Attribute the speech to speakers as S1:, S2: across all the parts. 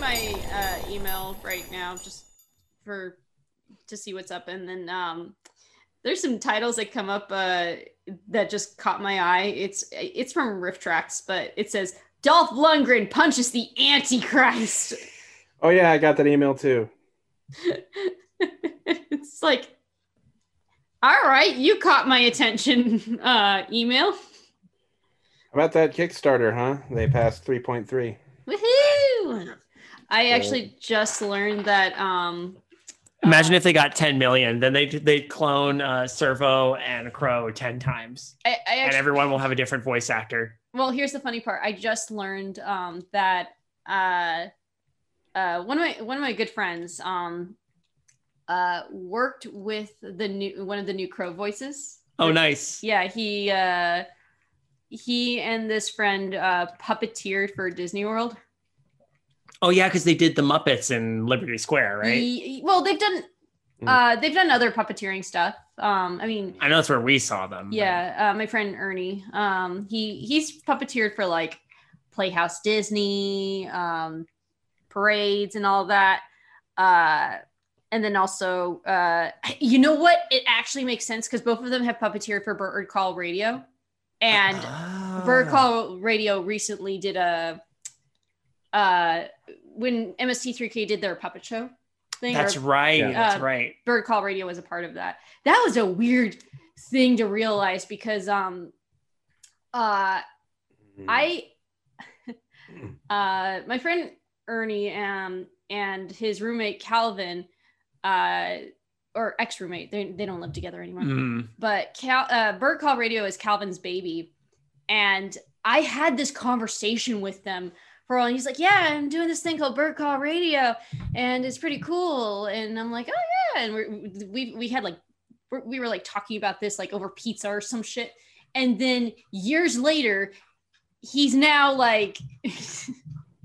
S1: my uh, email right now just for to see what's up, and then um, there's some titles that come up uh, that just caught my eye. It's it's from Riff Tracks, but it says Dolph Lundgren punches the Antichrist.
S2: Oh yeah, I got that email too.
S1: it's like, all right, you caught my attention. Uh, email.
S2: How about that Kickstarter, huh? They passed 3.3.
S1: Woohoo! I actually just learned that. Um,
S3: Imagine if they got 10 million, then they they clone uh, Servo and Crow 10 times,
S1: I, I
S3: and
S1: actually,
S3: everyone will have a different voice actor.
S1: well, here's the funny part. I just learned um, that uh, uh, one of my one of my good friends um, uh, worked with the new one of the new Crow voices.
S3: Oh, nice.
S1: yeah he uh he and this friend uh puppeteered for disney world
S3: Oh yeah, because they did the Muppets in Liberty Square, right?
S1: He- well they've done
S2: Mm.
S1: uh they've done other puppeteering stuff um i mean
S3: I know that's where we saw them. but-
S1: yeah uh, my friend ernie um he he's puppeteered for like playhouse disney um parades and all that uh and then also uh you know what it actually makes sense because both of them have puppeteered for bird call radio and
S3: Oh.
S1: Bird Call Radio recently did a uh when MST3K did their puppet show thing.
S3: That's
S1: or
S3: right.
S2: Yeah.
S3: That's
S1: Uh,
S3: right.
S1: Bird Call Radio was a part of that. That was a weird thing to realize because um uh
S2: Hmm.
S1: I uh my friend Ernie um and his roommate Calvin uh or ex-roommate they, they don't live together anymore
S3: Mm.
S1: but Cal, uh, Bird Call Radio is Calvin's baby, and I had this conversation with them for a while. And he's like, "Yeah, I'm doing this thing called Bird Call Radio, and it's pretty cool." And I'm like, "Oh yeah," and we're, we we had like we're, we were like talking about this like over pizza or some shit, and then years later, he's now like.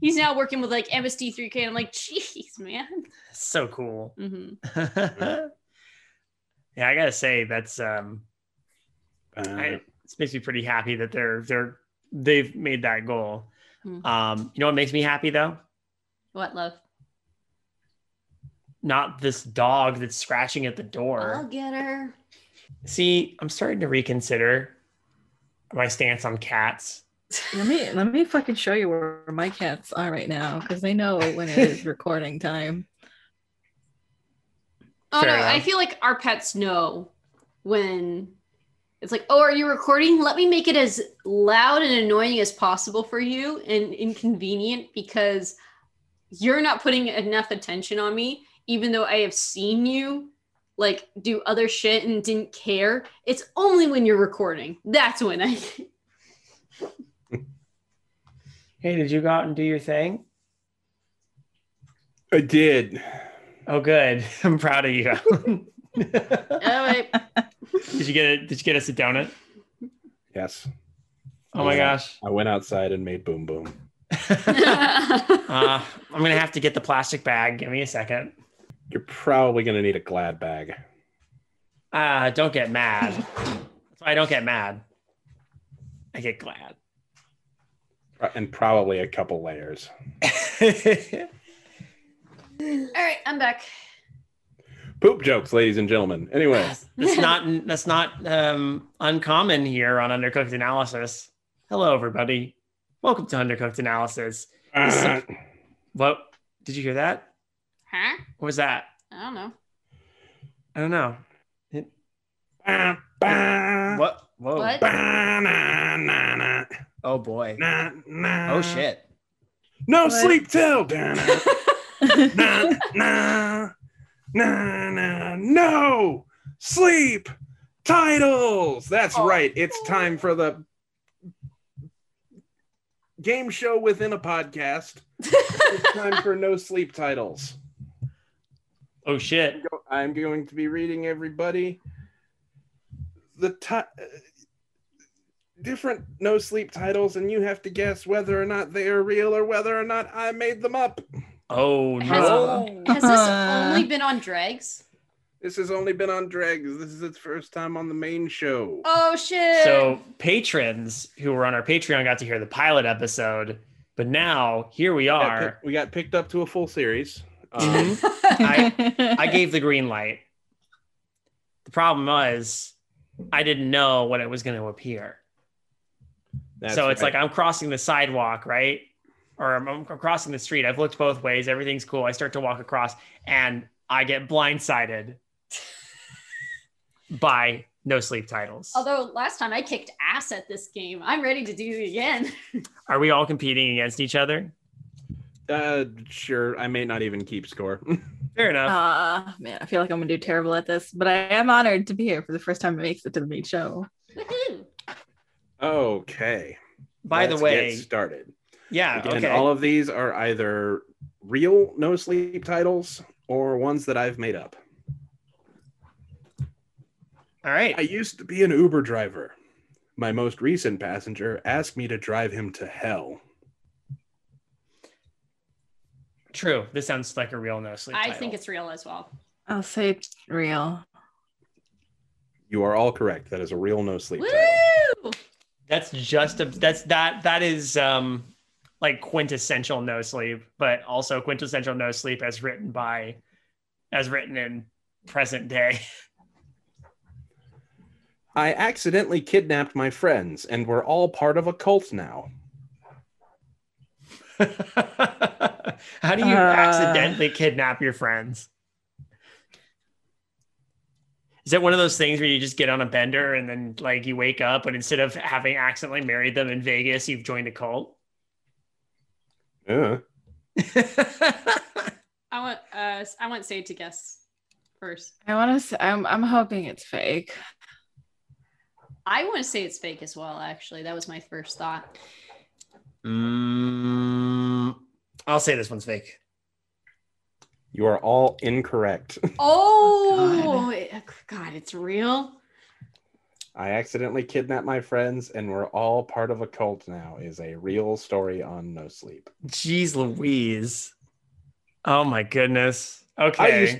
S1: He's now working with like MSD3K. And I'm like, jeez, man.
S3: So cool.
S1: Mhm.
S3: yeah, I gotta say that's um, I, it makes me pretty happy that they're they're they've made that goal.
S1: Hmm.
S3: Um, you know what makes me happy though?
S1: What love?
S3: Not this dog that's scratching at the
S1: I'll
S3: door.
S1: get her.
S3: See, I'm starting to reconsider my stance on cats.
S4: Let me let me fucking show you where my cats are right now because they know when it is recording time.
S1: Oh
S3: Fair
S1: no, I
S3: enough.
S1: feel like our pets know when it's like, oh, are you recording? Let me make it as loud and annoying as possible for you and inconvenient because you're not putting enough attention on me, even though I have seen you like do other shit and didn't care. It's only when you're recording. That's when I
S3: Hey, did you go out and do your thing?
S2: I did.
S3: Oh, good. I'm proud of you. did
S1: oh, wait.
S3: you get a, Did you get us a donut?
S2: Yes.
S3: Oh my gosh.
S2: I went outside and made boom boom.
S3: Uh, I'm gonna have to get the plastic bag. Give me a second.
S2: You're probably gonna need a glad bag.
S3: Uh, don't get mad. That's why I don't get mad. I get glad.
S2: Pro- And probably a couple layers.
S1: All right, I'm back.
S2: Poop jokes, ladies and gentlemen. Anyway,
S3: that's not that's not um, uncommon here on Undercooked Analysis. Hello, everybody. Welcome to Undercooked Analysis. What did you hear that?
S1: Huh?
S3: What was that?
S1: I don't know.
S3: I don't know.
S2: What?
S3: What? Whoa.
S1: What?
S3: Oh boy. Oh shit.
S2: No
S4: What?
S2: sleep till. Nah, nah, nah, nah, nah, no sleep titles. That's
S1: Oh.
S2: right. It's time for the game show within a podcast. it's time for no sleep titles.
S3: Oh shit.
S2: I'm going to be reading everybody the ti- uh, different no sleep titles, and you have to guess whether or not they are real or whether or not I made them up.
S3: Oh
S1: Has-
S3: no.
S1: Has this only been on dregs?
S2: This has only been on Dregs. This is its first time on the main show.
S1: Oh shit.
S3: So patrons who were on our Patreon got to hear the pilot episode, But now here we
S2: We got,
S3: are.
S2: pick- we got picked up to a full series. Um,
S3: Mhm. I gave the green light. The problem was I didn't know when it was going to appear.
S2: that's
S3: so it's
S2: right.
S3: like I'm crossing the sidewalk, right? Or I'm, I'm crossing the street. I've looked both ways. Everything's cool. I start to walk across and I get blindsided by no sleep titles.
S1: Although last time I kicked ass at this game, I'm ready to do it again.
S3: Are we all competing against each other?
S2: uh, sure. I may not even keep score.
S3: Fair enough.
S1: Oh.
S4: Ah, man, I feel like I'm gonna do terrible at this, but I am honored to be here for the first time it makes it to the meat show.
S1: Woohoo!
S2: okay.
S3: By the
S2: let's
S3: way,
S2: get started.
S3: yeah,
S2: Again,
S3: okay.
S2: all of these are either real no sleep titles or ones that I've made up.
S3: all right.
S2: I used to be an Uber driver. My most recent passenger asked me to drive him to hell.
S3: True. This sounds like a real no sleep.
S1: I
S3: title.
S1: think it's real as well.
S4: I'll say it's real.
S2: You are all correct. That is a real no sleep
S1: Woo!
S2: title.
S3: that's just a that's that that is um like quintessential no sleep, but also quintessential no sleep as written by as written in present day.
S2: I accidentally kidnapped my friends, and we're all part of a cult now.
S3: How do you
S4: Uh.
S3: accidentally kidnap your friends? Is it one of those things where you just get on a bender and then like you wake up and instead of having accidentally married them in Vegas, you've joined a cult?
S2: Uh,
S1: I want uh I want Sade to guess first.
S4: I want to. Say, I'm. I'm hoping it's fake.
S1: I want to say it's fake as well, actually. That was my first thought.
S3: Mm, I'll say this one's fake.
S2: you are all incorrect.
S1: Oh it- god, it's real.
S2: I accidentally kidnapped my friends, and we're all part of a cult now is a real story on No Sleep.
S3: Jeez Louise. Oh my goodness. Okay.
S2: used-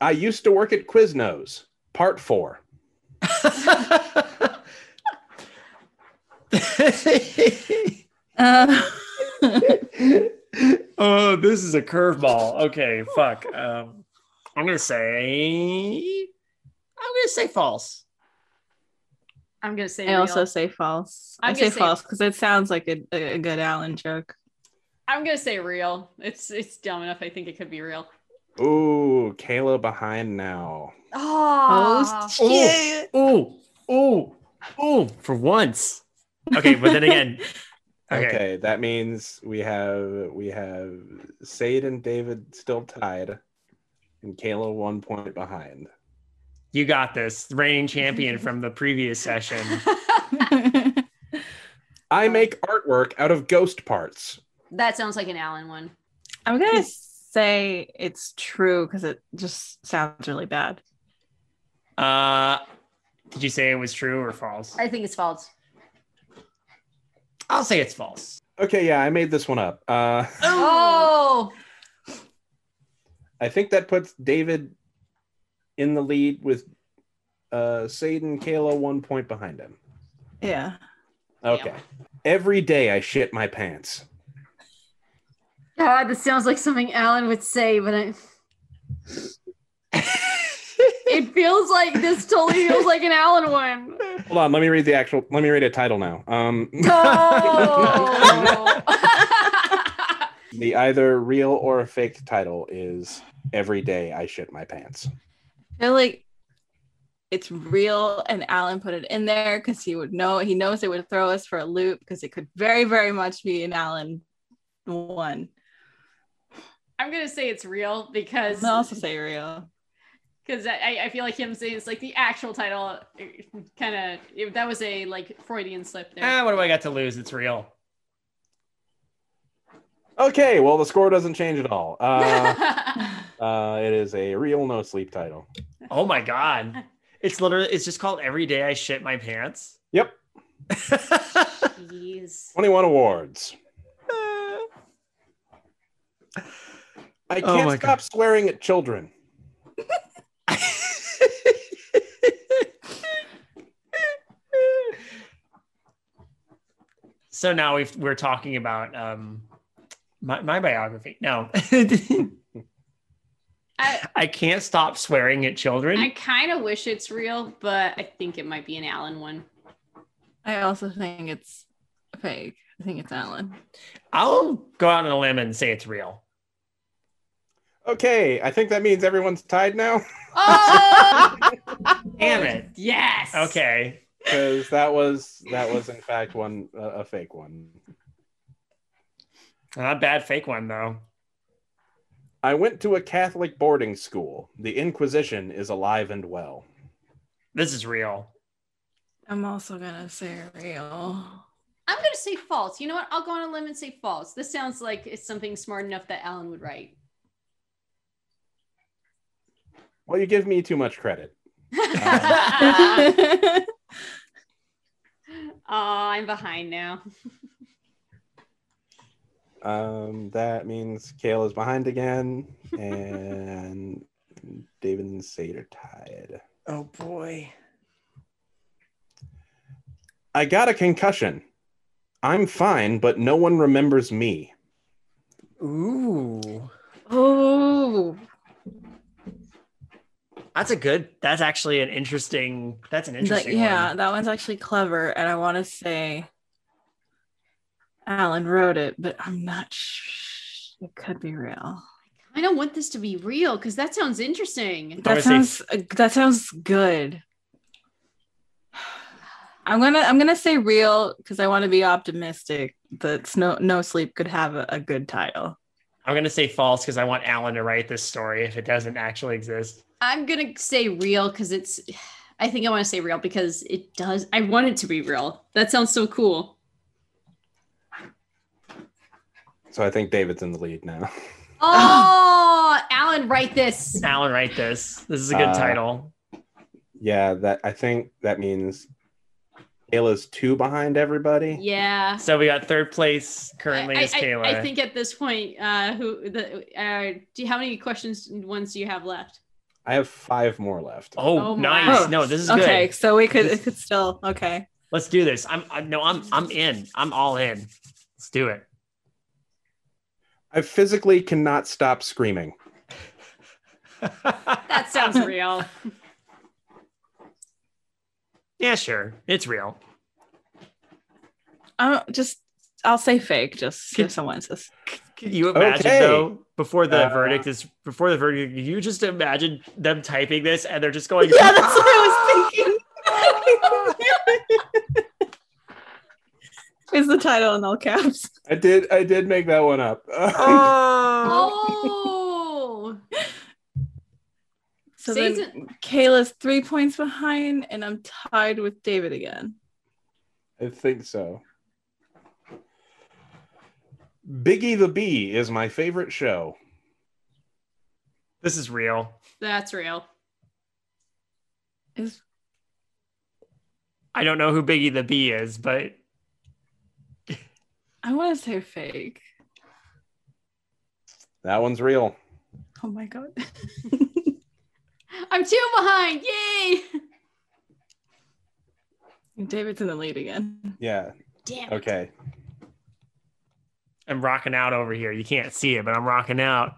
S2: I used to work at Quiznos, part four.
S4: Uh,
S3: oh, this is a curveball. Okay, fuck. Um, I'm gonna say I'm gonna say false.
S1: I'm gonna say
S4: I
S1: real.
S4: also say false. i
S1: I'm
S4: say
S1: gonna say-
S4: false because it sounds like a, a a good Alan joke.
S1: I'm gonna say real. It's it's dumb enough. I think it could be real.
S2: Ooh, Kayla behind now.
S1: Oh,
S4: shit.
S3: Oh, oh, oh, for once. Okay, but then again.
S2: Okay.
S3: okay.
S2: that means we have we have Sade and David still tied, and Kayla one point behind.
S3: You got this. Reigning champion from the previous session.
S2: I make artwork out of ghost parts.
S1: that sounds like an Allen one.
S4: I'm gonna say it's true because it just sounds really bad.
S3: Uh did you say it was true or false?
S1: I think it's false.
S3: I'll say it's false.
S2: Okay, yeah, I made this one up. Uh,
S1: Oh,
S2: I think that puts David in the lead with uh, Sade and Kayla one point behind him.
S4: Yeah.
S2: Okay. Every day I shit my pants.
S1: God, this sounds like something Alan would say, but I... it feels like this totally feels like an Allen one.
S2: Hold on, let me read the actual. Let me read a title now. Um,
S1: No.
S2: the either real or fake title is "Every Day I Shit My Pants."
S4: I feel like it's real and Alan put it in there because he would know he knows it would throw us for a loop because it could very, very much be an Alan one.
S1: I'm gonna say it's real because
S4: I'll also say real.
S1: because I, I feel like him saying it's like the actual title kind of that was a like Freudian slip there.
S3: Ah, what do I got to lose? It's real.
S2: Okay, well the score doesn't change at all. Uh, uh, it is a real no sleep title.
S3: Oh my god. It's literally it's just called Every Day I Shit My Pants.
S2: Yep,
S1: Jeez.
S2: twenty-one awards. I
S3: Oh
S2: can't
S3: my
S2: stop swearing at children.
S3: So now we've, we're talking about um, my, my biography. No,
S1: I,
S3: I can't stop swearing at children.
S1: I kind of wish it's real, but I think it might be an Alan one.
S4: I also think it's fake. I think it's Alan.
S3: I'll go out on a limb and say it's real.
S2: Okay, I think that means everyone's tied now
S1: Oh,
S3: Damn it.
S1: yes.
S3: Okay.
S2: because that was that was in fact one uh, a fake one.
S3: Not a bad fake one though.
S2: I went to a Catholic boarding school. The Inquisition is alive and well.
S3: This is real.
S4: I'm also gonna say real.
S1: I'm going to say false. You know what? I'll go on a limb and say false. This sounds like it's something smart enough that Alan would write.
S2: Well, you give me too much credit.
S1: oh, I'm behind now.
S2: Um, that means Kale is behind again, and David and Sade are tied.
S3: Oh boy.
S2: I got a concussion. I'm fine, but no one remembers me.
S3: Ooh.
S4: oh,
S3: That's a good. That's actually an interesting. That's an
S4: That-
S3: interesting.
S4: yeah,
S3: one.
S4: that one's actually clever, and I want to say Alan wrote it, but I'm not. Sh- it could be real.
S1: I don't want this to be real because that sounds interesting.
S4: That
S3: gonna
S4: sounds that sounds good. I'm gonna I'm gonna say real because I want to be optimistic that Snow No Sleep could have a, a good title.
S3: I'm gonna say false because I want Alan to write this story if it doesn't actually exist.
S1: I'm going to say real because it's, I think I want to say real because it does, I want it to be real. That sounds so cool.
S2: So I think David's in the lead now.
S1: Oh, Alan, write this.
S3: Alan, write this. This is a good
S2: Uh,
S3: title.
S2: yeah, that I think that means Kale is two behind everybody.
S1: Yeah.
S3: So we got third place currently
S1: I,
S3: is
S1: I-
S3: Kayla.
S1: I, think at this point, uh, who the uh, do you, how many questions ones do you have left?
S2: I have five more left.
S3: oh,
S1: Oh my.
S3: nice.
S1: Oh,
S3: No, this is
S4: okay,
S3: good.
S4: so we could
S3: This-
S4: it could still okay.
S3: Let's do this. I'm I, no, I'm I'm in. I'm all in. Let's do it.
S2: I physically cannot stop screaming.
S1: That sounds real.
S3: yeah, sure. It's real.
S4: i Um, just I'll say fake just so someone says
S3: Can you imagine
S2: Okay.
S3: though before the
S2: Uh,
S3: verdict is before the verdict? can You just imagine them typing this and they're just going.
S4: yeah. That's what I was thinking. Is the title in all caps?
S2: I did I did make that one up.
S3: Oh.
S1: Oh,
S4: So
S1: Season-
S4: then Kayla's three points behind, and I'm tied with David again.
S2: I think so. Biggie the Bee is my favorite show.
S3: This is real.
S1: that's real.
S4: Is
S3: I don't know who Biggie the Bee is, but
S4: I want to say fake.
S2: That one's real.
S4: Oh my god.
S1: I'm two behind. Yay!
S4: David's in the lead again.
S2: Yeah.
S1: Damn. it.
S2: Okay.
S3: I'm rocking out over here. You can't see it, but I'm rocking out.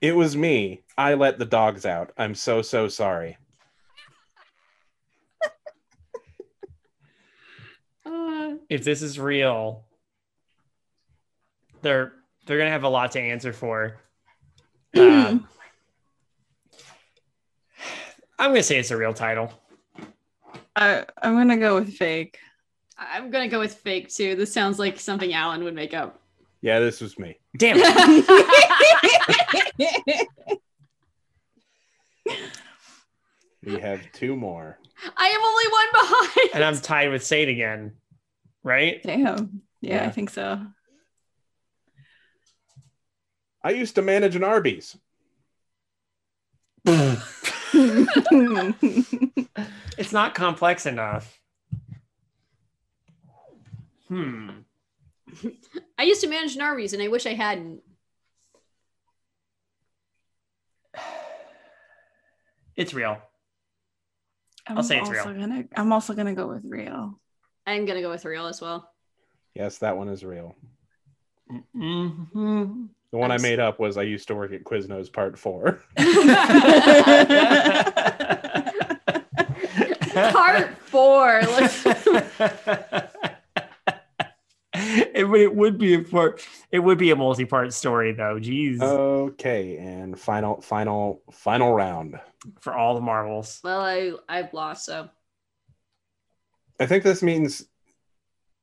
S2: It was me. I let the dogs out. I'm so so sorry.
S1: Uh,
S3: If this is real, they're they're gonna have a lot to answer for. Uh, I'm gonna say it's a real title.
S4: I, I'm gonna go with fake.
S1: I- I'm gonna go with fake too. This sounds like something Alan would make up.
S2: Yeah, this was me.
S3: Damn it.
S1: I
S2: We have two more.
S1: am only one behind.
S3: and I'm tied with Sade again, right?
S4: Damn. Yeah,
S2: Yeah.
S4: I think so.
S2: I used to manage an Arby's.
S3: It's not complex enough. Hmm.
S1: I used to manage an Arby's and I wish I hadn't.
S3: It's real.
S4: I'm
S3: I'll say it's
S4: also
S3: real.
S4: Gonna, I'm also gonna go with real.
S1: I'm gonna go with real as well.
S2: Yes, that one is real.
S3: Mm-hmm.
S2: The one
S1: I'm
S2: I
S1: s-
S2: made up was I used to work at Quiznos Part Four.
S1: Part four. Let's-
S3: it, would- it would be a part. It would be a multi-part story, though. Jeez,
S2: Oh. okay, and final, final, final round.
S3: for all the marvels.
S1: well, I I've lost, so
S2: I think this means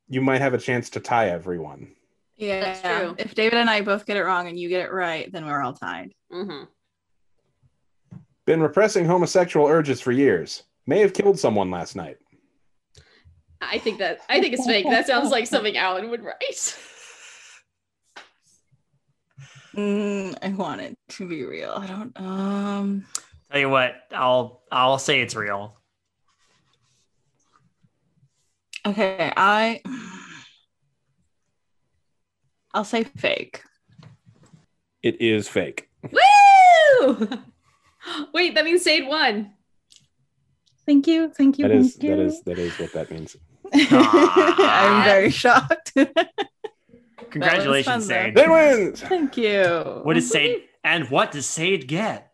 S2: you might have a chance to tie everyone.
S4: Yeah,
S1: That's true.
S4: If David and I both get it wrong and you get it right, then we're all tied.
S1: hmm
S2: Been repressing homosexual urges for years. May have killed someone last night.
S1: I think that I think it's fake. That sounds like something Alan would write.
S4: Mm, I want it to be real. I don't. Um.
S3: Tell you what, I'll I'll say it's real.
S4: Okay, I. I'll say fake.
S2: It is fake.
S1: Woo! Wait, that means Sade won.
S4: Thank you. Thank you.
S2: That is
S4: thank you.
S2: that is that is what that means.
S4: I'm very shocked.
S3: Congratulations,
S4: was fun,
S3: Sade.
S2: They wins.
S4: thank you.
S3: What is Sade? And what does Sade get?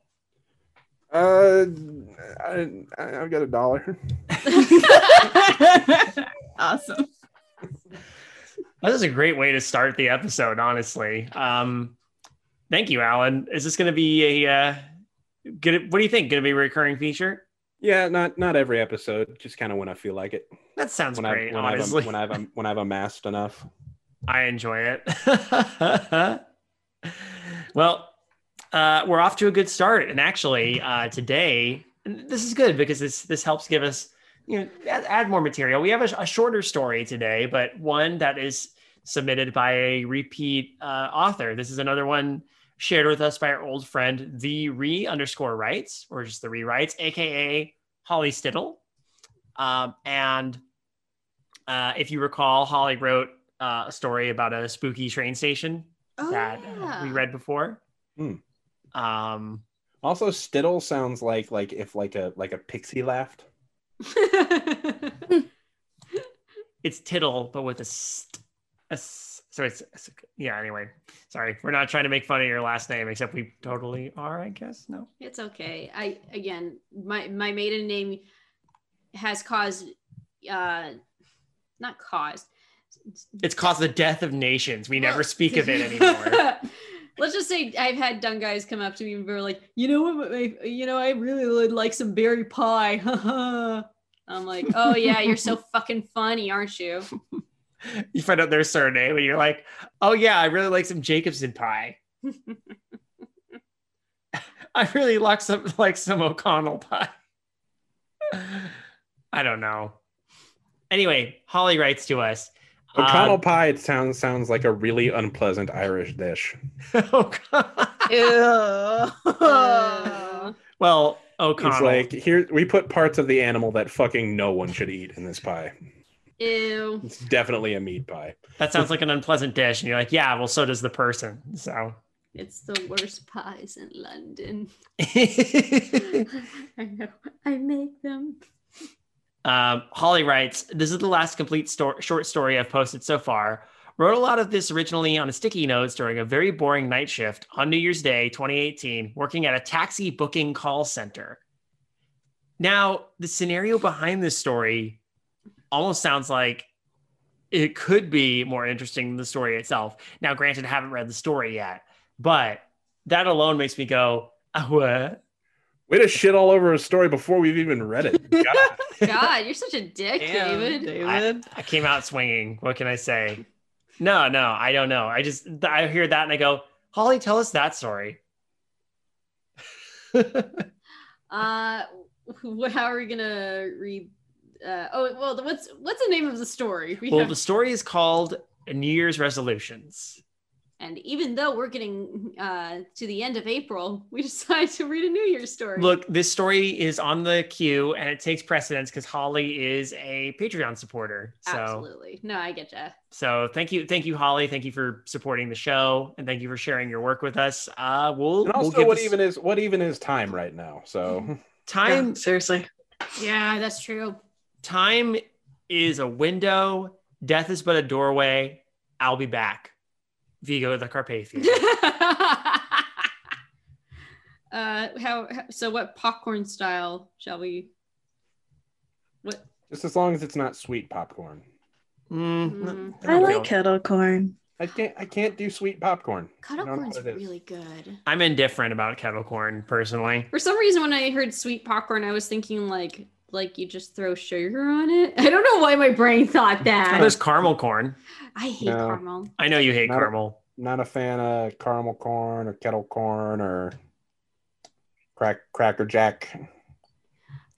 S2: Uh, I, I- I've got a dollar.
S4: awesome.
S3: This is a great way to start the episode, honestly. Um, thank you, Alan. Is this going to be a uh, good? What do you think? Going to be a recurring feature?
S2: Yeah, not not every episode. Just kind of when I feel like it.
S3: That sounds
S2: When
S3: great.
S2: I when I've
S3: honestly,
S2: when I've when I've amassed enough.
S3: I enjoy it. well, uh, we're off to a good start, and actually, uh, today and this is good because this this helps give us you know add, add more material. We have a, a shorter story today, but one that is submitted by a repeat uh, author. This is another one shared with us by our old friend the re underscore writes or just the rewrites, aka Holly Stittle. Um, and uh, if you recall, Holly wrote uh, a story about a spooky train station that uh, we read before.
S2: Hmm.
S3: Um,
S2: Also, Stittle sounds like like if like a like a pixie laughed.
S3: it's tittle, but with a st- a s- so it's, it's yeah. Anyway, sorry, we're not trying to make fun of your last name, except we totally are, I guess. No,
S1: it's okay. I again, my my maiden name has caused, uh, not caused.
S3: it's caused the death of nations. We never
S1: Well-
S3: speak of it anymore.
S1: Let's just say I've had dumb guys come up to me and be like, you know what, my- you know, I really would like some berry pie. I'm like, oh yeah, you're so fucking funny, aren't you?
S3: you find out their surname, and you're like, oh yeah, I really like some Jacobson pie. I really like some like some O'Connell pie. I don't know. Anyway, Holly writes to us. um,
S2: O'Connell pie it sounds sounds like a really unpleasant Irish dish.
S3: Oh, O'Con-
S1: Uh,
S3: well, O'Connell.
S2: It's like here we put parts of the animal that fucking no one should eat in this pie.
S1: ew.
S2: It's definitely a meat pie.
S3: that sounds like an unpleasant dish, and you're like, yeah, well, so does the person. So
S1: It's the worst pies in London.
S3: um,
S1: I know. I make them.
S3: Um, Holly writes, "This is the last complete sto- short story I've posted so far. Wrote a lot of this originally on a sticky notes during a very boring night shift on New Year's Day, 2018, working at a taxi booking call center. Now, the scenario behind this story almost sounds like." It could be more interesting than the story itself. Now, granted, I haven't read the story yet, but that alone makes me go, "Ah, what?
S2: Way to shit all over a story before we've even read it. God.
S1: God, you're such a dick,
S3: Damn,
S1: David.
S4: David.
S3: I came out swinging. What can I say? No, no, I don't know. I just th- I hear that and I go, Holly, tell us that story.
S1: Uh, wh- how are we gonna read? Uh, oh well, the- what's what's the name of the story? We
S3: Well,
S1: have-
S3: the story is called New Year's Resolutions.
S1: and even though we're getting uh, to the end of April, we decided to read a New Year's story.
S3: Look, this story is on the queue and it takes precedence because Holly is a Patreon supporter. So,
S1: absolutely. No, I get ya.
S3: so thank you, thank you, Holly. Thank you for supporting the show and thank you for sharing your work with us. Uh, we'll
S2: And
S3: we'll
S2: also
S3: give
S2: what
S3: this
S2: even is what even is time right now? So
S3: time
S4: seriously.
S1: Yeah, that's true.
S3: Time is a window. Death is but a doorway. I'll be back. Vigo the Carpathian. Mm,
S1: uh, how? So, what popcorn style shall we? What?
S2: Just as long as it's not sweet popcorn.
S3: Mm,
S1: Mm.
S3: I don't feel-
S4: kettle corn.
S2: I can't. I can't do sweet popcorn.
S1: Cuddle
S2: I don't know
S1: corn's
S2: what it is.
S1: really good.
S3: I'm indifferent about kettle corn personally.
S1: For some reason, when I heard sweet popcorn, I was thinking like like you just throw sugar on it. I don't know why my brain thought that.
S3: There's caramel corn.
S1: I hate
S2: No.
S1: caramel.
S3: I know you hate
S2: Not a-
S3: caramel.
S2: Not a fan of caramel corn or kettle corn or crack cracker jack.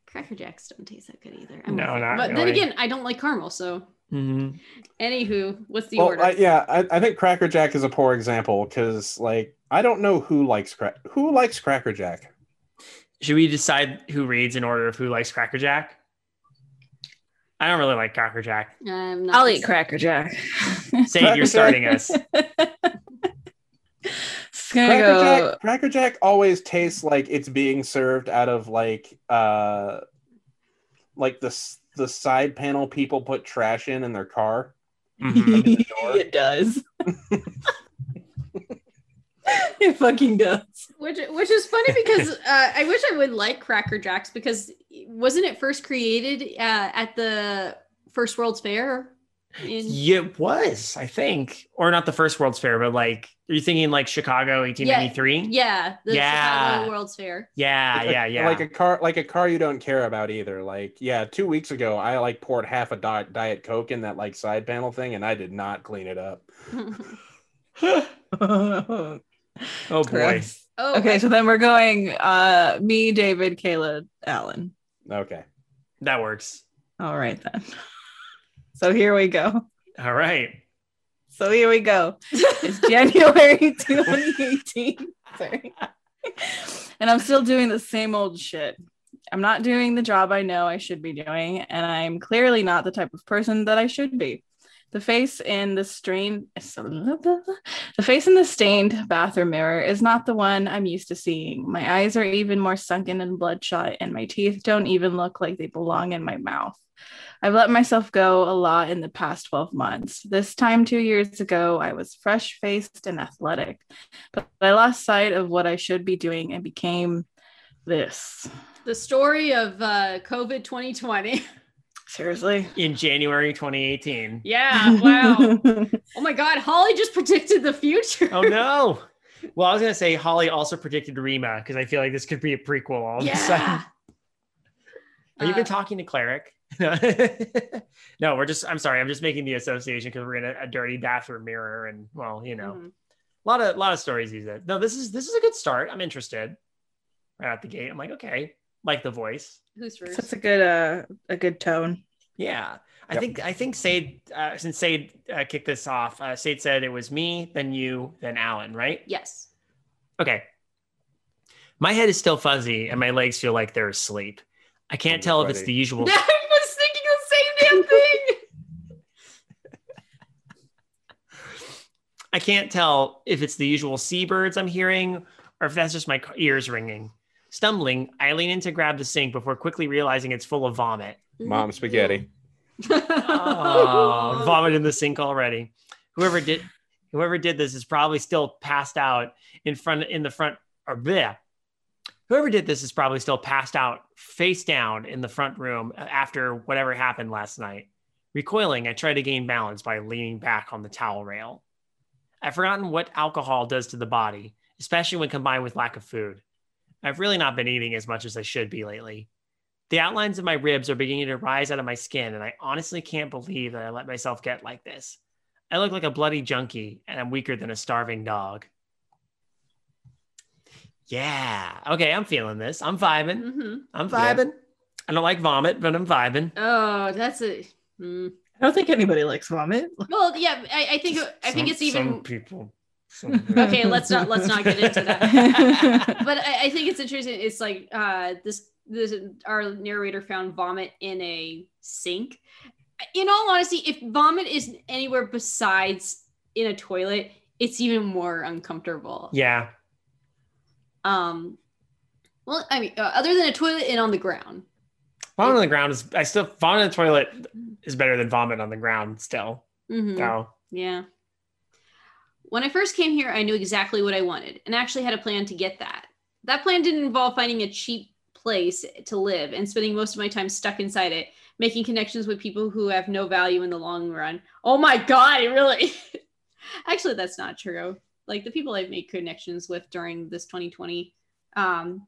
S1: Cracker Jacks don't taste that good either. with
S3: No,
S1: you.
S3: not
S1: But then
S3: really.
S1: again, I don't like caramel. So,
S3: Mhm.
S1: anywho, what's the
S2: Well,
S1: order?
S2: I, yeah, I, I think cracker jack is a poor example because like I don't know who likes crack who likes cracker jack.
S3: Should we decide who reads in order of who likes Cracker Jack? I don't really like Cracker Jack.
S1: I'm not
S4: I'll eat Cracker Jack.
S3: Save, you're
S2: Cracker
S3: starting us.
S4: It's gonna
S2: Cracker
S4: go.
S2: jack, cracker jack always tastes like it's being served out of like uh like the s- the side panel people put trash in in their car.
S3: Mhm.
S4: it does. it fucking does.
S1: Which which is funny because uh, I wish I would like Cracker Jacks because wasn't it first created uh, at the First World's Fair? In,
S3: Yeah, it was, I think. Or not the first World's Fair, but like, are you thinking like Chicago 1893?
S1: yeah, the
S3: Yeah.
S1: Chicago World's Fair.
S3: Yeah,
S2: It's like-
S3: yeah, Ah, yeah.
S2: Like a car, like a car you don't care about either. Like, yeah, two weeks ago, I like poured half a di- diet coke in that like side panel thing, and I did not clean it up.
S4: oh
S3: oh boy.
S1: oh,
S4: Okay, so then we're going uh me, David, Kayla, Alan.
S2: Okay,
S3: That works.
S4: All right then. So here we go.
S3: All right.
S4: So here we go. It's January 2018. Sorry. And I'm still doing the same old shit. I'm not doing the job I know I should be doing, and I'm clearly not the type of person that I should be. The face in the strained the face in the stained bathroom mirror is not the one I'm used to seeing. My eyes are even more sunken and bloodshot, and my teeth don't even look like they belong in my mouth. I've let myself go a lot in the past 12 months. This time, two years ago, I was fresh faced and athletic, but I lost sight of what I should be doing and became this.
S1: the story of uh, COVID 2020.
S4: Seriously?
S3: In January 2018.
S1: yeah, wow. oh my God, Holly just predicted the future.
S3: Oh no. Well, I was gonna say Holly also predicted Rima because I feel like this could be a prequel. All of a sudden.
S1: yeah.
S3: Have you been
S1: Uh,
S3: talking to Cleric? no, we're just. I'm sorry. I'm just making the association because we're in a, a dirty bathroom mirror, and well, you know,
S1: mhm.
S3: a lot of lot of stories use that. No, this is this is a good start. I'm interested. Right out the gate, I'm like, okay, like the voice.
S1: Who's first?
S4: That's a good uh, a good tone.
S3: Yeah, I
S2: Yep.
S3: think I think Sade uh, since Sade uh, kicked this off. Uh, Sade said it was me, then you, then Alan, right?
S1: yes.
S3: Okay. My head is still fuzzy and my legs feel like they're asleep. I can't tell if it's the usual.
S1: I was thinking the same damn thing.
S3: I can't tell if it's the usual seabirds I'm hearing or if that's just my c- ears ringing. Stumbling, I lean in to grab the sink before quickly realizing it's full of vomit.
S2: mom spaghetti.
S3: Oh, vomit in the sink already. Whoever did whoever did this is probably still passed out in front in the front or bleh. Whoever did this is probably still passed out face down in the front room after whatever happened last night. Recoiling, I try to gain balance by leaning back on the towel rail. I've forgotten what alcohol does to the body, especially when combined with lack of food. I've really not been eating as much as I should be lately. The outlines of my ribs are beginning to rise out of my skin, and I honestly can't believe that I let myself get like this. I look like a bloody junkie, and I'm weaker than a starving dog. Yeah. Okay, I'm feeling this. I'm vibing.
S1: hmm
S3: I'm
S2: Yeah.
S3: vibing. I don't like vomit, but I'm vibing.
S1: Oh, that's a. Mm.
S4: I don't think anybody likes vomit.
S1: Well, yeah, I, I think I think it's even
S3: people.
S1: okay. Let's not let's not get into that. But I, I think it's interesting. It's like uh, this this our narrator found vomit in a sink. In all honesty, if vomit is anywhere besides in a toilet, it's even more uncomfortable.
S3: yeah.
S1: Um. Well, I mean, uh, other than a toilet and on the ground.
S3: Vomit on the ground is. I still vomit in the toilet is better than vomit on the ground. Still,
S1: Mhm.
S3: so
S1: Yeah. When I first came here, I knew exactly what I wanted and actually had a plan to get that. That plan didn't involve finding a cheap place to live and spending most of my time stuck inside it, making connections with people who have no value in the long run. Oh my God, it really. actually, that's not true. Like the people I've made connections with during this 2020 um,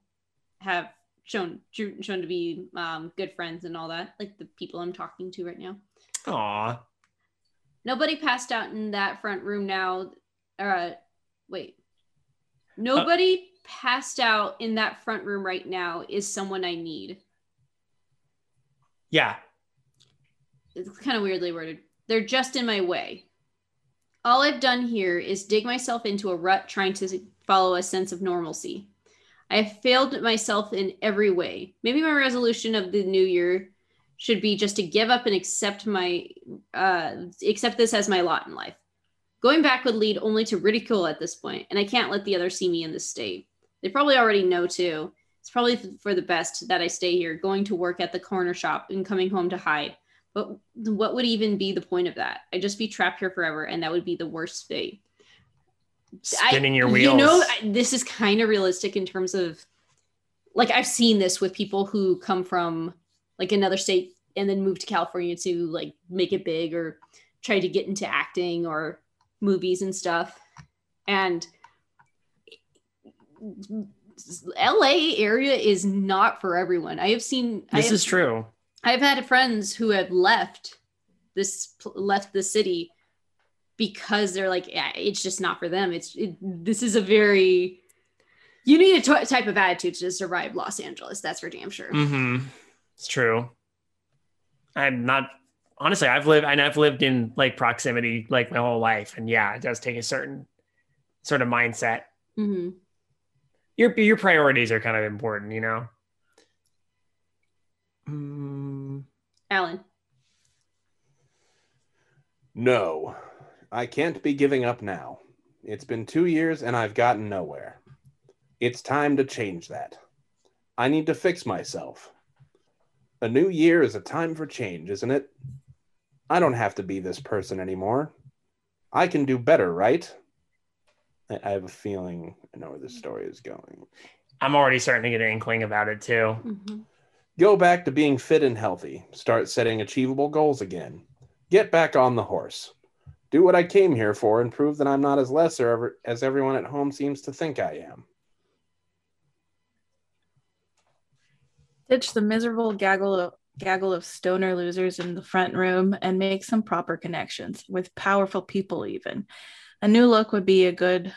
S1: have shown shown to be um, good friends and all that. Like the people I'm talking to right now
S3: aw,
S1: nobody passed out in that front room now uh wait nobody passed out in that front room right now is someone i need
S3: yeah,
S1: it's kind of weirdly worded they're just in my way all i've done here is dig myself into a rut trying to follow a sense of normalcy i have failed myself in every way maybe my resolution of the new year should be just to give up and accept my uh, accept this as my lot in life. Going back would lead only to ridicule at this point, and I can't let the others see me in this state. They probably already know too. It's probably f- for the best that I stay here, going to work at the corner shop and coming home to hide. But what would even be the point of that? I'd just be trapped here forever, and that would be the worst fate. I-
S3: spinning your wheels.
S1: You know, I, this is kind of realistic in terms of like I've seen this with people who come from like another state and then move to California to like make it big or try to get into acting or movies and stuff. And LA area is not for everyone. I have seen I
S3: this
S1: have-
S3: is true.
S1: I've had friends who have left this pl- left the city because they're like yeah, it's just not for them. It's it, this is a very you need a t- type of attitude to survive Los Angeles. That's for damn sure.
S3: hmm It's true. I'm not honestly. I've lived and I've lived in like proximity like my whole life, and yeah, it does take a certain sort of mindset.
S1: hmm
S3: Your your priorities are kind of important, you know. Mm,
S1: Alan,
S2: No, I can't be giving up now. It's been two years and I've gotten nowhere. It's time to change that. I need to fix myself. A new year is a time for change, isn't it? I don't have to be this person anymore. I can do better, right? I I have a feeling I know where this story is going.
S3: I'm already starting to get an inkling about it too.
S1: Mhm.
S2: Go back to being fit and healthy. Start setting achievable goals again. Get back on the horse. Do what I came here for and prove that I'm not as lesser ever- as everyone at home seems to think I am.
S4: Ditch the miserable gaggle of gaggle of stoner losers in the front room and make some proper connections with powerful people even. A new look would be a good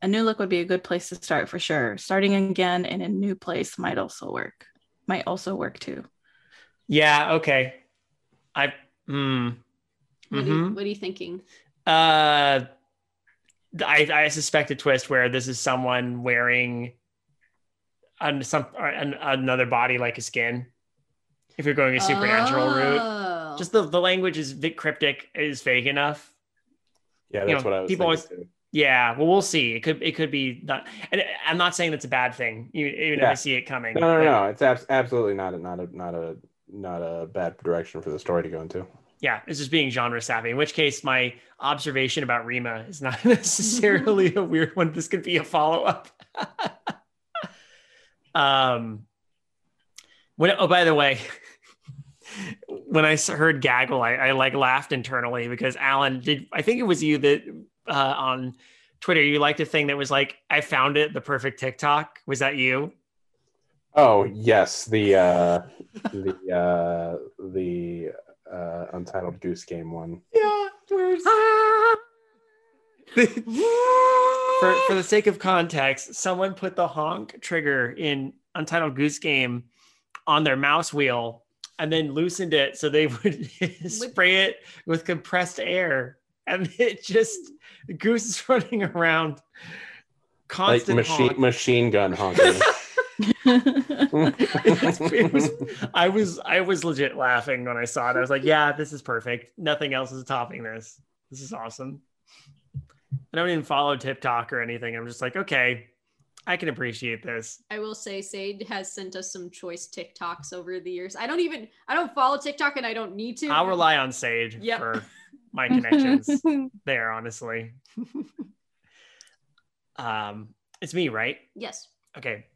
S4: a new look would be a good place to start for sure. Starting again in a new place might also work. Might also work too.
S3: Yeah. Okay. I. Mm,
S1: what, are you,
S3: Mhm.
S1: what are you thinking?
S3: Uh, I, I suspect a twist where this is someone wearing an, some or an, another body like a skin. If you're going a supernatural route,
S1: Oh.
S3: just the, the language is bit cryptic, is vague enough.
S2: Yeah,
S3: You
S2: that's
S3: know,
S2: what I was
S3: people
S2: thinking. too.
S3: Yeah, well, we'll see. It could it could be not. And I'm not saying that's a bad thing, even, even if I
S2: Yeah.
S3: see it coming.
S2: No, no,
S3: but-
S2: no. It's abs- absolutely not a, not a not a not a bad direction for the story to go into.
S3: yeah, it's just being genre savvy. In which case, my observation about Rima is not necessarily a weird one. This could be a follow up. um, when oh, by the way, when I s- heard gaggle, I, I like laughed internally because Alan did. I think it was you that uh, on Twitter you liked a thing that was like, "I found it, the perfect TikTok." Was that you?
S2: Oh yes, the uh, the uh, the uh, Untitled Goose Game one.
S3: Yeah. for, for the sake of context, someone put the honk trigger in Untitled Goose Game on their mouse wheel and then loosened it so they would spray it with compressed air. And it just, the goose is running around
S2: Like
S3: constant
S2: machine
S3: honk.
S2: machine gun honking.
S3: It's- it was- I was I was legit laughing when I saw it. I was like, yeah, this is perfect. Nothing else is topping this. This is awesome. I don't even follow TikTok or anything. I'm just like, okay, I can appreciate this.
S1: I will say Sade has sent us some choice TikToks over the years. I don't even I don't follow TikTok and I don't need to.
S3: I'll rely on Sage
S1: Yep.
S3: for my connections there, honestly. um, it's me, right?
S1: Yes.
S3: Okay.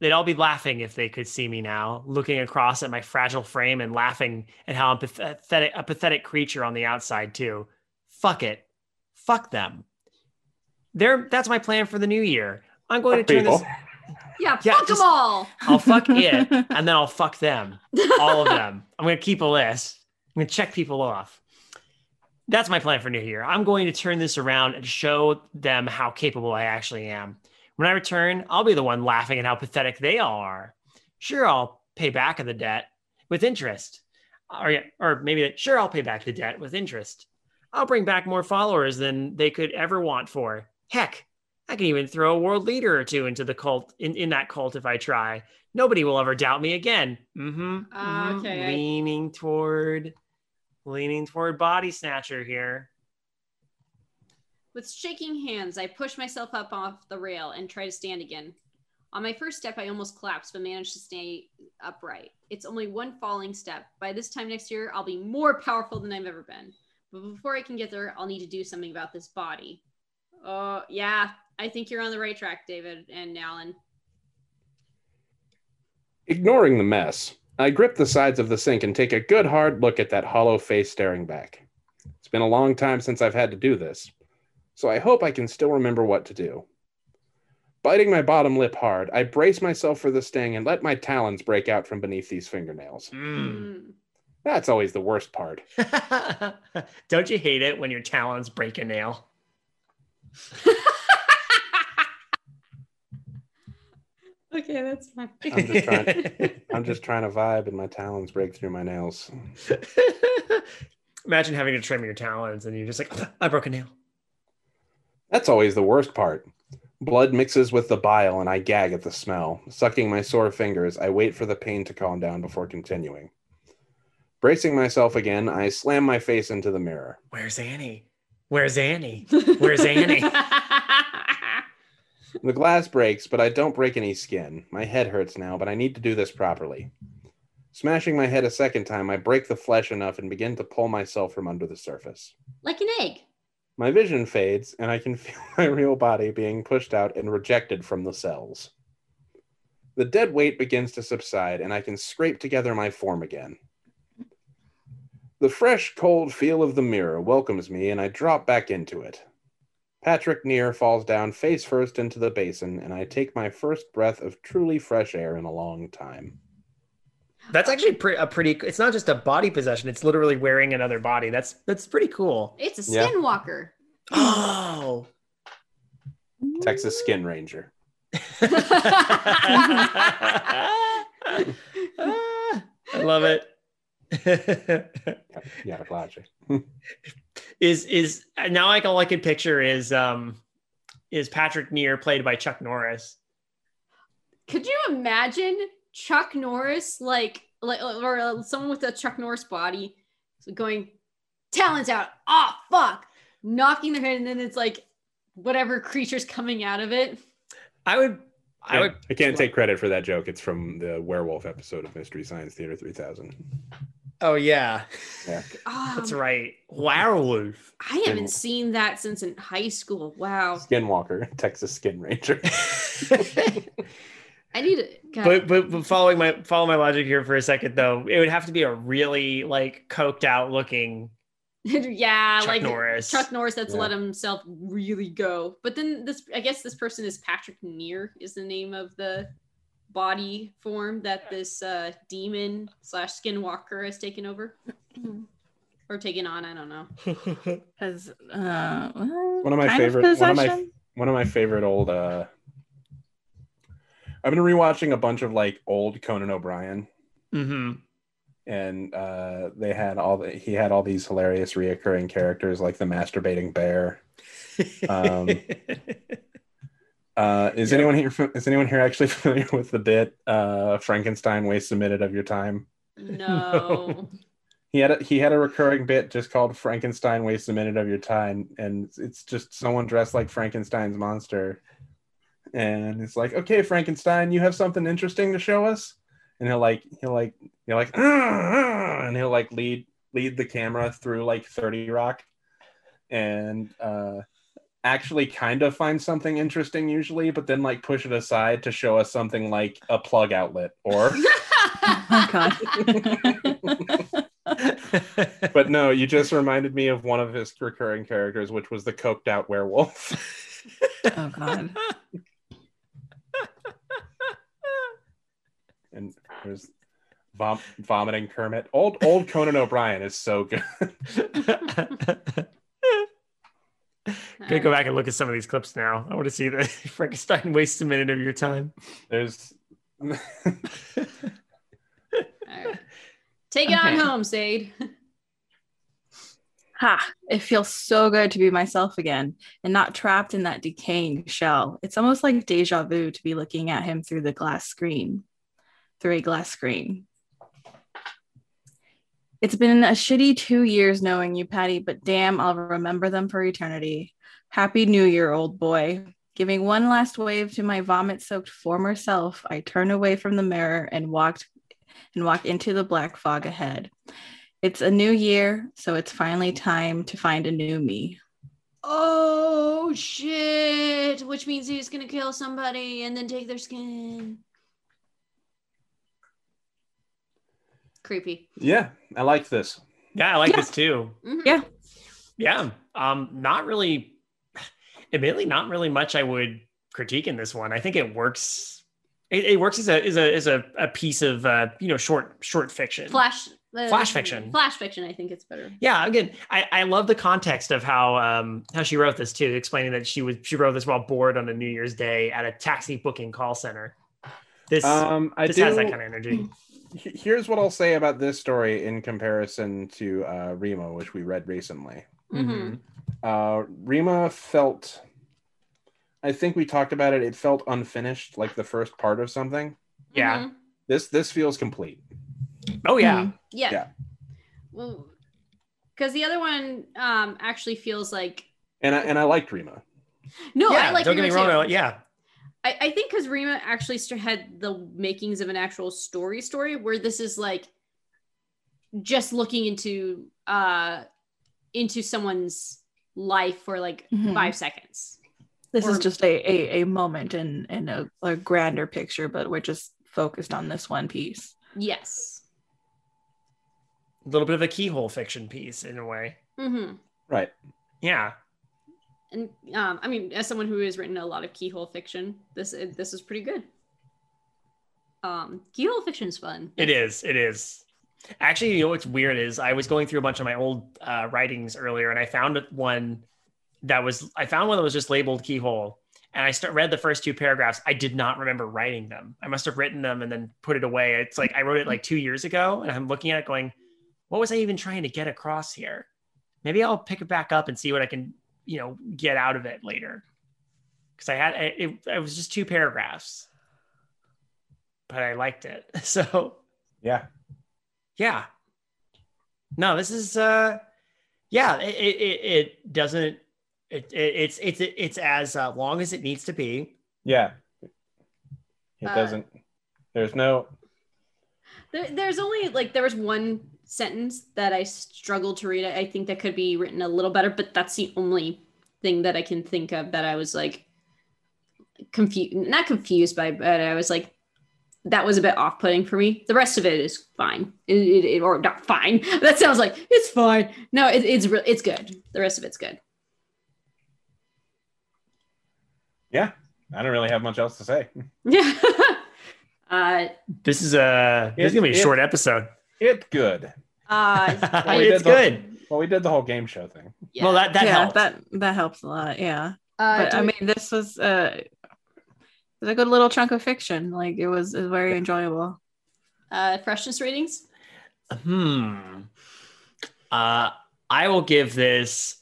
S3: They'd all be laughing if they could see me now, looking across at my fragile frame and laughing at how I'm pathetic, a pathetic creature on the outside, too. Fuck it. Fuck them. There, that's my plan for the new year. I'm going to turn
S2: People.
S3: this.
S1: Yeah,
S3: Yeah,
S1: fuck
S3: just-
S1: them all.
S3: I'll fuck it, and then I'll fuck them. all of them. I'm going to keep a list. I'm going to check people off. That's my plan for New Year. I'm going to turn this around and show them how capable I actually am. When I return, I'll be the one laughing at how pathetic they all are. Sure, I'll pay back the debt with interest. Or, yeah, or maybe, sure, I'll pay back the debt with interest. I'll bring back more followers than they could ever want for. Heck, I can even throw a world leader or two into the cult, in, in that cult if I try. Nobody will ever doubt me again. Mm-hmm.
S1: Ah,
S3: mhm.
S1: okay, I-
S3: Leaning toward, leaning toward body snatcher here.
S1: With shaking hands, I push myself up off the rail and try to stand again. On my first step, I almost collapsed, but managed to stay upright. It's only one falling step. By this time next year, I'll be more powerful than I've ever been. But before I can get there, I'll need to do something about this body. Oh, yeah. I think you're on the right track, David and Alan.
S2: Ignoring the mess, I grip the sides of the sink and take a good hard look at that hollow face staring back. It's been a long time since I've had to do this, so I hope I can still remember what to do. Biting my bottom lip hard, I brace myself for the sting and let my talons break out from beneath these fingernails.
S3: Mm.
S1: Mm.
S2: That's always the worst part.
S3: Don't you hate it when your talons break a nail?
S1: okay, that's fine.
S2: I'm just trying- I'm just trying to vibe and my talons break through my nails.
S3: Imagine having to trim your talons and you're just like, I broke a nail.
S2: That's always the worst part. Blood mixes with the bile, and I gag at the smell. Sucking my sore fingers, I wait for the pain to calm down before continuing. Bracing myself again, I slam my face into the mirror.
S3: Where's Annie? Where's Annie? Where's Annie?
S2: The glass breaks, but I don't break any skin. My head hurts now, but I need to do this properly. Smashing my head a second time, I break the flesh enough and begin to pull myself from under the surface.
S1: like an egg.
S2: My vision fades, and I can feel my real body being pushed out and rejected from the cells. The dead weight begins to subside, and I can scrape together my form again. The fresh, cold feel of the mirror welcomes me, and I drop back into it. Patrick Neer falls down face first into the basin, and I take my first breath of truly fresh air in a long time.
S3: That's actually pre- a pretty. It's not just a body possession. It's literally wearing another body. That's that's pretty cool.
S1: It's a
S2: Yeah.
S1: skinwalker.
S3: Oh.
S2: Texas Skin Ranger.
S3: Ah, I love it.
S2: Yeah, logic.
S3: is is now like all I can picture is um is Patrick Neer played by Chuck Norris.
S1: Could you imagine Chuck Norris, like, like or uh, someone with a Chuck Norris body going, talons out, ah, fuck, knocking their head, and then it's like whatever creature's coming out of it.
S3: I would I would
S2: I can't take credit for that joke. It's from the werewolf episode of Mystery Science Theater 3000.
S3: oh yeah.
S2: Yeah.
S1: Um,
S3: That's right. Werewolf.
S1: I haven't seen that since in high school.
S3: Oh.
S1: Wow.
S2: Skinwalker, Texas Skin Ranger.
S1: I need to. God.
S3: but, but but following my follow my logic here for a second though, it would have to be a really like coked out looking
S1: yeah,
S3: Chuck
S1: like
S3: Norris.
S1: Chuck Norris that's
S2: Yeah.
S1: let himself really go. But then this, I guess this person is Patrick Neer is the name of the body form that this uh, demon slash skinwalker has taken over or taken on. I don't know.
S4: As, uh,
S2: One of my favorite- one of my- One of my favorite old uh I've been rewatching a bunch of like old Conan O'Brien
S3: hmm
S2: and uh they had all the he had all these hilarious reoccurring characters like the masturbating bear. Um, Uh is
S3: Yeah.
S2: anyone here fa- is anyone here actually familiar with the bit uh Frankenstein wastes a minute of your time?
S1: No.
S2: He had a, he had a recurring bit just called Frankenstein wastes a minute of your time, and it's just someone dressed like Frankenstein's monster and it's like, okay, Frankenstein, you have something interesting to show us, and he'll like he'll like he'll like "Ah, ah," and he'll like lead lead the camera through like Thirty Rock, and uh, actually kind of find something interesting usually, but then like push it aside to show us something like a plug outlet or.
S4: Oh god.
S2: but no, you just reminded me of one of his recurring characters, which was the coked out werewolf.
S4: oh god.
S2: and there's vom- vomiting Kermit. Old old Conan O'Brien is so good.
S3: Gonna go back and look at some of these clips now. I want to see that Frankenstein wastes a minute of your time.
S2: There's
S1: All right. Take it
S4: Okay.
S1: on home, Sade.
S4: Ha! It feels so good to be myself again and not trapped in that decaying shell. It's almost like deja vu to be looking at him through the glass screen, through a glass screen. It's been a shitty two years knowing you, Patty, but damn, I'll remember them for eternity. Happy New Year, old boy. Giving one last wave to my vomit soaked former self, I turn away from the mirror and walked and walk into the black fog ahead. It's a new year, so it's finally time to find a new me.
S1: Oh shit! Which means he's gonna kill somebody and then take their skin. Creepy.
S2: yeah, I like this.
S3: Yeah, I like
S4: Yeah.
S3: this too.
S1: Mhm.
S4: Yeah.
S3: Yeah. Um, not really admittedly not really much I would critique in this one. I think it works it, it works as a is a is a, a piece of uh, you know, short short fiction.
S1: Flash. uh,
S3: Flash fiction.
S1: Flash fiction. I think it's better.
S3: Yeah, again, I, I love the context of how um how she wrote this too, explaining that she was she wrote this while bored on a New Year's Day at a taxi booking call center. This
S2: Um, I
S3: this
S2: do.
S3: has that kind of energy.
S2: he- Here's what I'll say about this story in comparison to uh, Remo, which we read recently.
S3: Mm-hmm.
S1: Mhm.
S2: Uh, Rima felt, I think we talked about it. It felt unfinished, like the first part of something.
S3: Yeah.
S1: Mhm.
S2: This this feels complete.
S3: Oh yeah.
S1: Yeah.
S2: Yeah.
S1: Well, because the other one um actually feels like
S2: And I and I liked Rima.
S1: no,
S3: yeah,
S1: I like
S3: don't get me
S1: Rima
S3: wrong.
S1: too.
S3: I like- yeah,
S1: I, I think because Rima actually st- had the makings of an actual story story where this is like just looking into uh into someone's life for like
S3: Mm-hmm.
S4: Mhm.
S1: five seconds.
S4: This is
S1: Or-
S4: just a a, a moment in in a, a grander picture, but we're just focused on this one piece.
S1: Yes.
S3: a little bit of a keyhole fiction piece in a way.
S1: Mm-hmm.
S2: Right.
S3: Yeah,
S1: And um, I mean, as someone who has written a lot of keyhole fiction, this this is pretty good. Um, keyhole fiction's fun.
S3: it is. It is. Actually, you know what's weird is I was going through a bunch of my old uh, writings earlier, and I found one that was I found one that was just labeled keyhole, and I start read the first two paragraphs. I did not remember writing them. I must have written them and then put it away. It's like I wrote it like two years ago, and I'm looking at it going, "What was I even trying to get across here?" Maybe I'll pick it back up and see what I can, you know, get out of it later. Because I had I- it, it was just two paragraphs, but I liked it so.
S2: Yeah.
S3: yeah no this is uh yeah it it, it- it doesn't it, it it's it's it's as uh, long as it needs to be
S2: Yeah. It
S1: Uh,
S2: doesn't. There's no.
S1: There, there's only like there was one sentence that I struggled to read. I I think that could be written a little better, but that's the only thing that I can think of that I was like confused, not confused by, but I was like that was a bit off-putting for me. The rest of it is fine, it, it, it- or not fine. That sounds like it's fine. No, it, it's re- it's good. The rest of it's good.
S2: I don't really have much else to say.
S1: Yeah. uh,
S3: this is a this is
S2: It-
S3: gonna be a
S2: it-
S3: short episode
S2: It good.
S1: uh,
S3: it's
S2: did the-
S3: good
S2: Well, we did the whole game show thing.
S1: yeah.
S3: well that that
S4: yeah,
S3: helped
S4: that that helps a lot. Yeah,
S1: Uh,
S4: but
S1: do
S4: I
S1: we-
S4: mean, this was uh, it was a good little chunk of fiction. Like it was, it was very enjoyable.
S1: uh, freshness ratings.
S3: hmm uh i will give this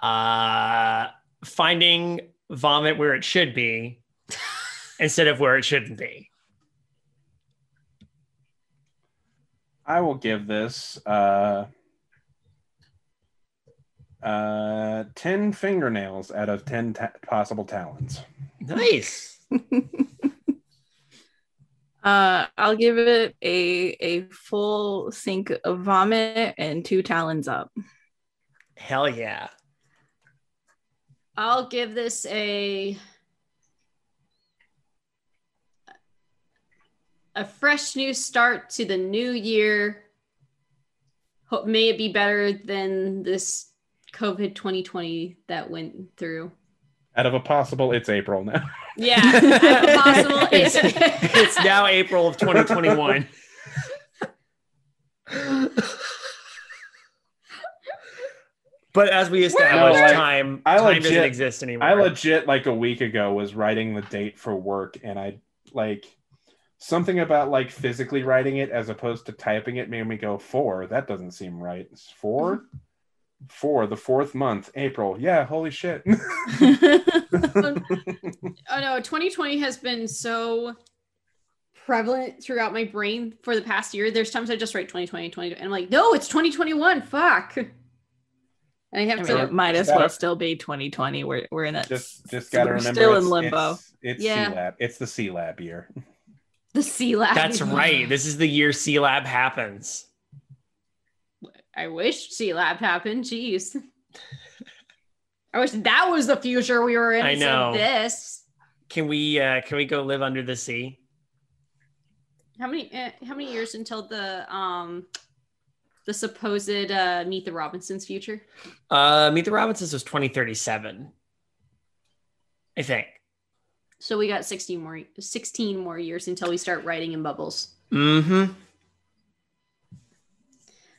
S3: uh finding vomit where it should be instead of where it shouldn't be
S2: I will give this uh, uh, ten fingernails out of ten ta- possible talents.
S3: Nice.
S4: Uh, I'll give it a a full sink of vomit and two talons up.
S3: Hell yeah.
S1: I'll give this a a fresh new start to the new year. Hope may it be better than this COVID 2020 that went through.
S2: Out of a possible, it's April now.
S1: Yeah, if possible.
S3: It's,
S1: It's,
S3: it's now April of 2021. but as we established,
S2: No, like,
S3: time
S2: I
S3: time doesn't
S2: legit-
S3: exist anymore.
S2: I legit like a week ago was writing the date for work and I like something about like physically writing it as opposed to typing it made me go four. That doesn't seem right. It's four? Four, the fourth month, April. Yeah, holy shit.
S1: oh no, 2020 has been so prevalent throughout my brain for the past year. There's times I just write 2020, 20, and I'm like, no, it's 2021. Fuck. And I have
S4: I mean,
S1: to.
S4: it might as
S2: Gotta-
S4: well still be 2020. We're we're in that.
S2: just just gotta
S4: we're
S2: remember
S4: Still
S2: it's-
S4: in limbo.
S2: It's, it's
S1: Yeah.
S2: C lab. It's the C lab year.
S1: The C lab.
S3: That's right. This is the year C Lab happens.
S1: I wish C lab happened. Jeez. I wish that was the future we were in.
S3: I
S1: instead
S3: know.
S1: of This.
S3: Can we uh can we go live under the sea?
S1: How many? Uh, how many years until the um, the supposed uh, Meet the Robinsons future?
S3: Uh Meet the Robinsons was 2037. I think.
S1: So we got 16 more 16 more years until we start writing in bubbles.
S3: Mm-hmm.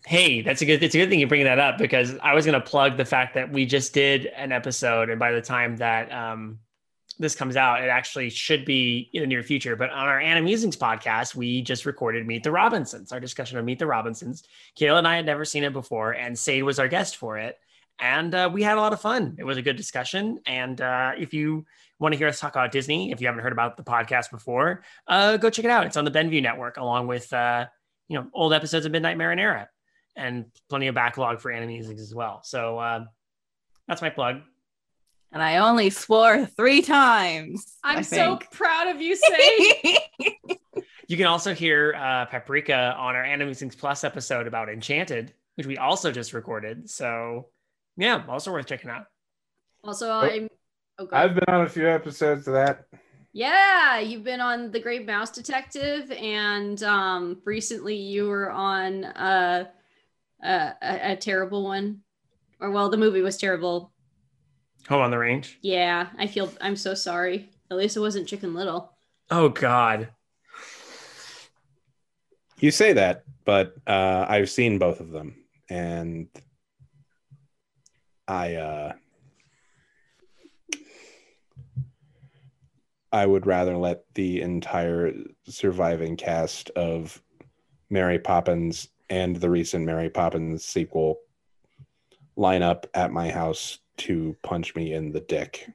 S3: Hey, that's a good it's a good thing you bring that up because I was gonna plug the fact that we just did an episode and by the time that um this comes out, it actually should be in the near future. But on our Animusings podcast, we just recorded Meet the Robinsons, our discussion of Meet the Robinsons. Kayla and I had never seen it before, and Sade was our guest for it. And uh, we had a lot of fun. It was a good discussion. And uh, if you want to hear us talk about Disney, if you haven't heard about the podcast before, uh, go check it out. It's on the Benview Network, along with uh, you know old episodes of Midnight Marinera, and plenty of backlog for Animusics as well. So uh, that's my plug.
S4: And I only swore three times. I
S1: I'm so
S4: think.
S1: proud of you, Say.
S3: You can also hear uh, Paprika on our Animusics Plus episode about Enchanted, which we also just recorded. So yeah, also worth checking out.
S1: also, I'm oh god.
S2: I've been on a few episodes of that.
S1: yeah, you've been on The Great Mouse Detective, and um, recently you were on uh, a, a a terrible one, or well, the movie was terrible.
S3: Home on the Range.
S1: Yeah, I feel I'm so sorry. At least it wasn't Chicken Little.
S3: Oh God.
S2: You say that, but uh, I've seen both of them, and I uh, I would rather let the entire surviving cast of Mary Poppins and the recent Mary Poppins sequel line up at my house to punch me in the dick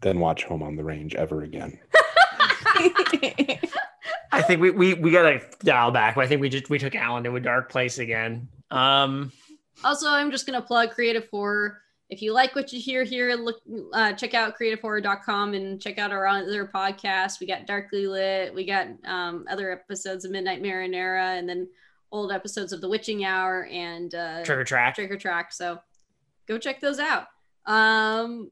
S2: than watch Home on the Range ever again.
S3: I think we we we gotta dial back. I think we just we took Alan to a dark place again. Um.
S1: Also, I'm just going to plug Creative Horror. If you like what you hear here, look, uh, check out creativehorror.com and check out our other podcasts. We got Darkly Lit, we got um, other episodes of Midnight Marinera, and then old episodes of The Witching Hour and uh,
S3: Trigger track.
S1: Trigger Track. So go check those out. Um,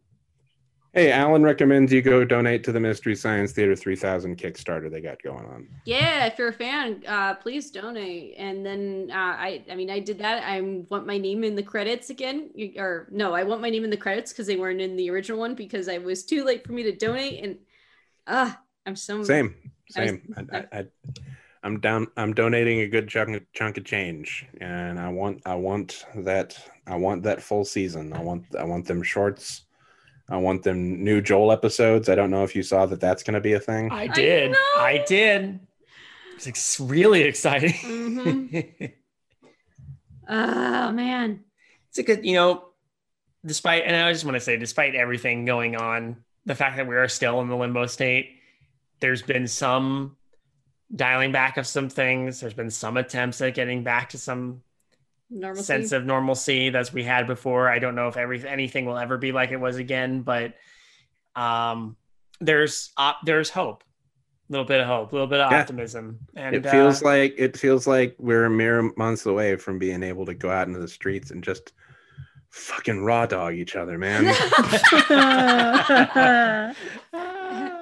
S2: Hey, Alan recommends you go donate to the Mystery Science Theater 3000 Kickstarter they got going on.
S1: yeah, if you're a fan, uh, please donate. And then uh, I, I mean, I did that. I want my name in the credits again, You- or no, I want my name in the credits because they weren't in the original one because I was too late for me to donate. And ah, I'm so
S2: Same, same. I, I, I, I'm down. I'm donating a good chunk of, chunk of change, and I want, I want that, I want that full season. I want, I want them shorts. I want them new Joel episodes. I don't know if you saw that. That's going to be a thing.
S3: I did.
S1: know.
S3: I, did. It's ex- really exciting.
S1: Mhm. Oh man,
S3: it's a good, you know, despite, and I just want to say, despite everything going on, the fact that we are still in the limbo state, there's been some dialing back of some things. There's been some attempts at getting back to some
S1: Normalcy.
S3: sense of normalcy as we had before. I don't know if every anything will ever be like it was again, but um, there's op- there's hope, a little bit of hope, a little bit of
S2: Yeah.
S3: optimism, and
S2: it feels
S3: uh,
S2: like it feels like we're a mere months away from being able to go out into the streets and just fucking raw dog each other, man.
S4: I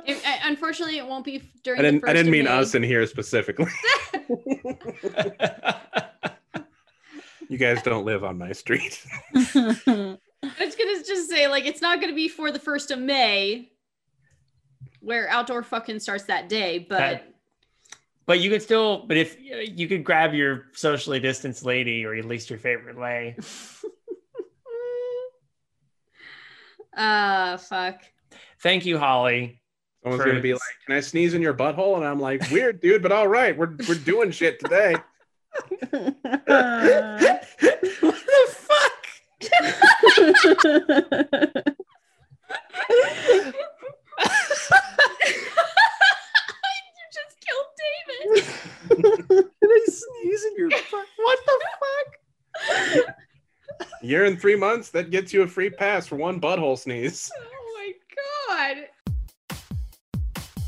S1: It- I- unfortunately, it won't be f- during.
S2: I
S1: the
S2: didn't.
S1: first
S2: I didn't
S1: of
S2: mean
S1: May.
S2: us in here specifically. you guys don't live on my street.
S1: I was gonna just say, like, it's not gonna be for the first of May, where outdoor fucking starts that day. But
S3: That- but you could still, but if you could grab your socially distanced lady or at least your favorite lay,
S1: uh, fuck.
S3: thank you, Holly.
S2: Someone's
S3: for-
S2: gonna be like, "Can I sneeze in your butthole?" And I'm like, "Weird, dude, but all right, we're we're doing shit today."
S3: what the fuck?
S1: You just killed David.
S3: sneezing your what the fuck?
S2: Year and three months that gets you a free pass for one butthole sneeze.
S1: oh my god.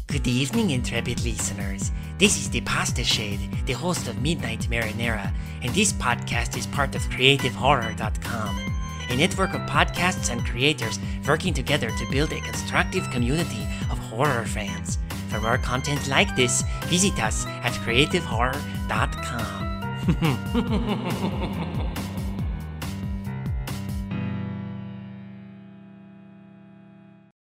S5: Good evening, intrepid listeners. This is the Pasta Shade, the host of Midnight Marinera, and this podcast is part of CreativeHorror.com, a network of podcasts and creators working together to build a constructive community of horror fans. For more content like this, visit us at CreativeHorror.com.